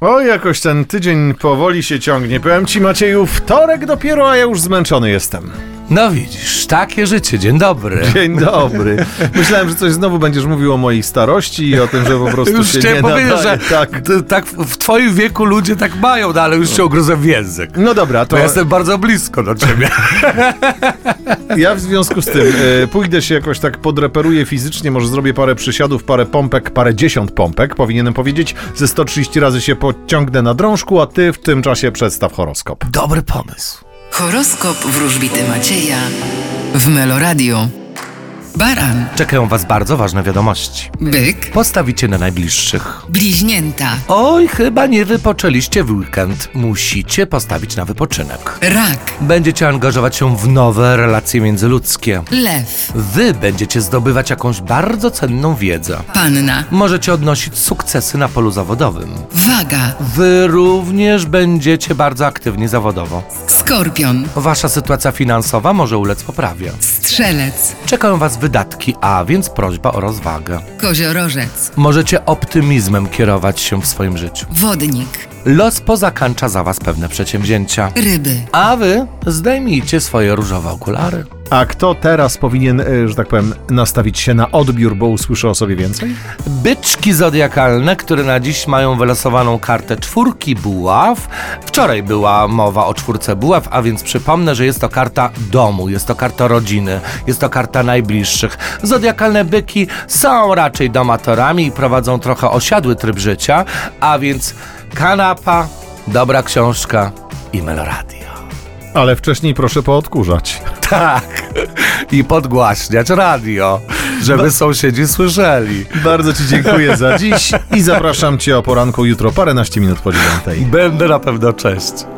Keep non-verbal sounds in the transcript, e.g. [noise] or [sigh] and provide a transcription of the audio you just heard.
O, jakoś ten tydzień powoli się ciągnie. Powiem ci, Macieju, wtorek dopiero, a ja już zmęczony jestem. No widzisz, takie życie, dzień dobry. Dzień dobry. Myślałem, że coś znowu będziesz mówił o mojej starości i o tym, że po prostu Już się nie chciałem powiedzieć, że nadaje. Tak. t- tak w w twoim wieku ludzie tak mają, no ale już cię ugryzę w język. No dobra, To to ja jestem bardzo blisko do ciebie. ja w związku z tym e, pójdę się jakoś tak podreperuję fizycznie, może zrobię parę przysiadów, parę pompek, parę dziesiąt pompek, powinienem powiedzieć. Ze 130 razy się podciągnę na drążku, a ty w tym czasie przedstaw horoskop. [laughs] Dobry pomysł. Horoskop wróżbity Macieja w Meloradio. Baran, Czekają was bardzo ważne wiadomości. byk, Postawicie na najbliższych. bliźnięta, Oj, chyba nie wypoczęliście w weekend. Musicie postawić na wypoczynek. rak, Będziecie angażować się w nowe relacje międzyludzkie. lew, Wy będziecie zdobywać jakąś bardzo cenną wiedzę. panna, Możecie odnosić sukcesy na polu zawodowym. waga, Wy również będziecie bardzo aktywni zawodowo. skorpion, Wasza sytuacja finansowa może ulec poprawie. strzelec, Czekają Was wydatki, a więc prośba o rozwagę. koziorożec, Możecie optymizmem kierować się w swoim życiu. wodnik, Los pozakańcza za Was pewne przedsięwzięcia. ryby. A Wy zdejmijcie swoje różowe okulary. A kto teraz powinien, e, że tak powiem, nastawić się na odbiór, bo usłyszę o sobie więcej? Byczki zodiakalne, które na dziś mają wylosowaną kartę czwórki buław. Wczoraj była mowa o czwórce buław, a więc przypomnę, że jest to karta domu, jest to karta rodziny, jest to karta najbliższych. Zodiakalne byki są raczej domatorami i prowadzą trochę osiadły tryb życia, a więc kanapa, dobra książka i meloradio. [laughs] Ale wcześniej proszę poodkurzać. Tak. I podgłaśniać radio, żeby sąsiedzi słyszeli. Bardzo Ci dziękuję za dziś i zapraszam Cię o poranku jutro paręnaście minut po dziewiątej. Będę na pewno cześć.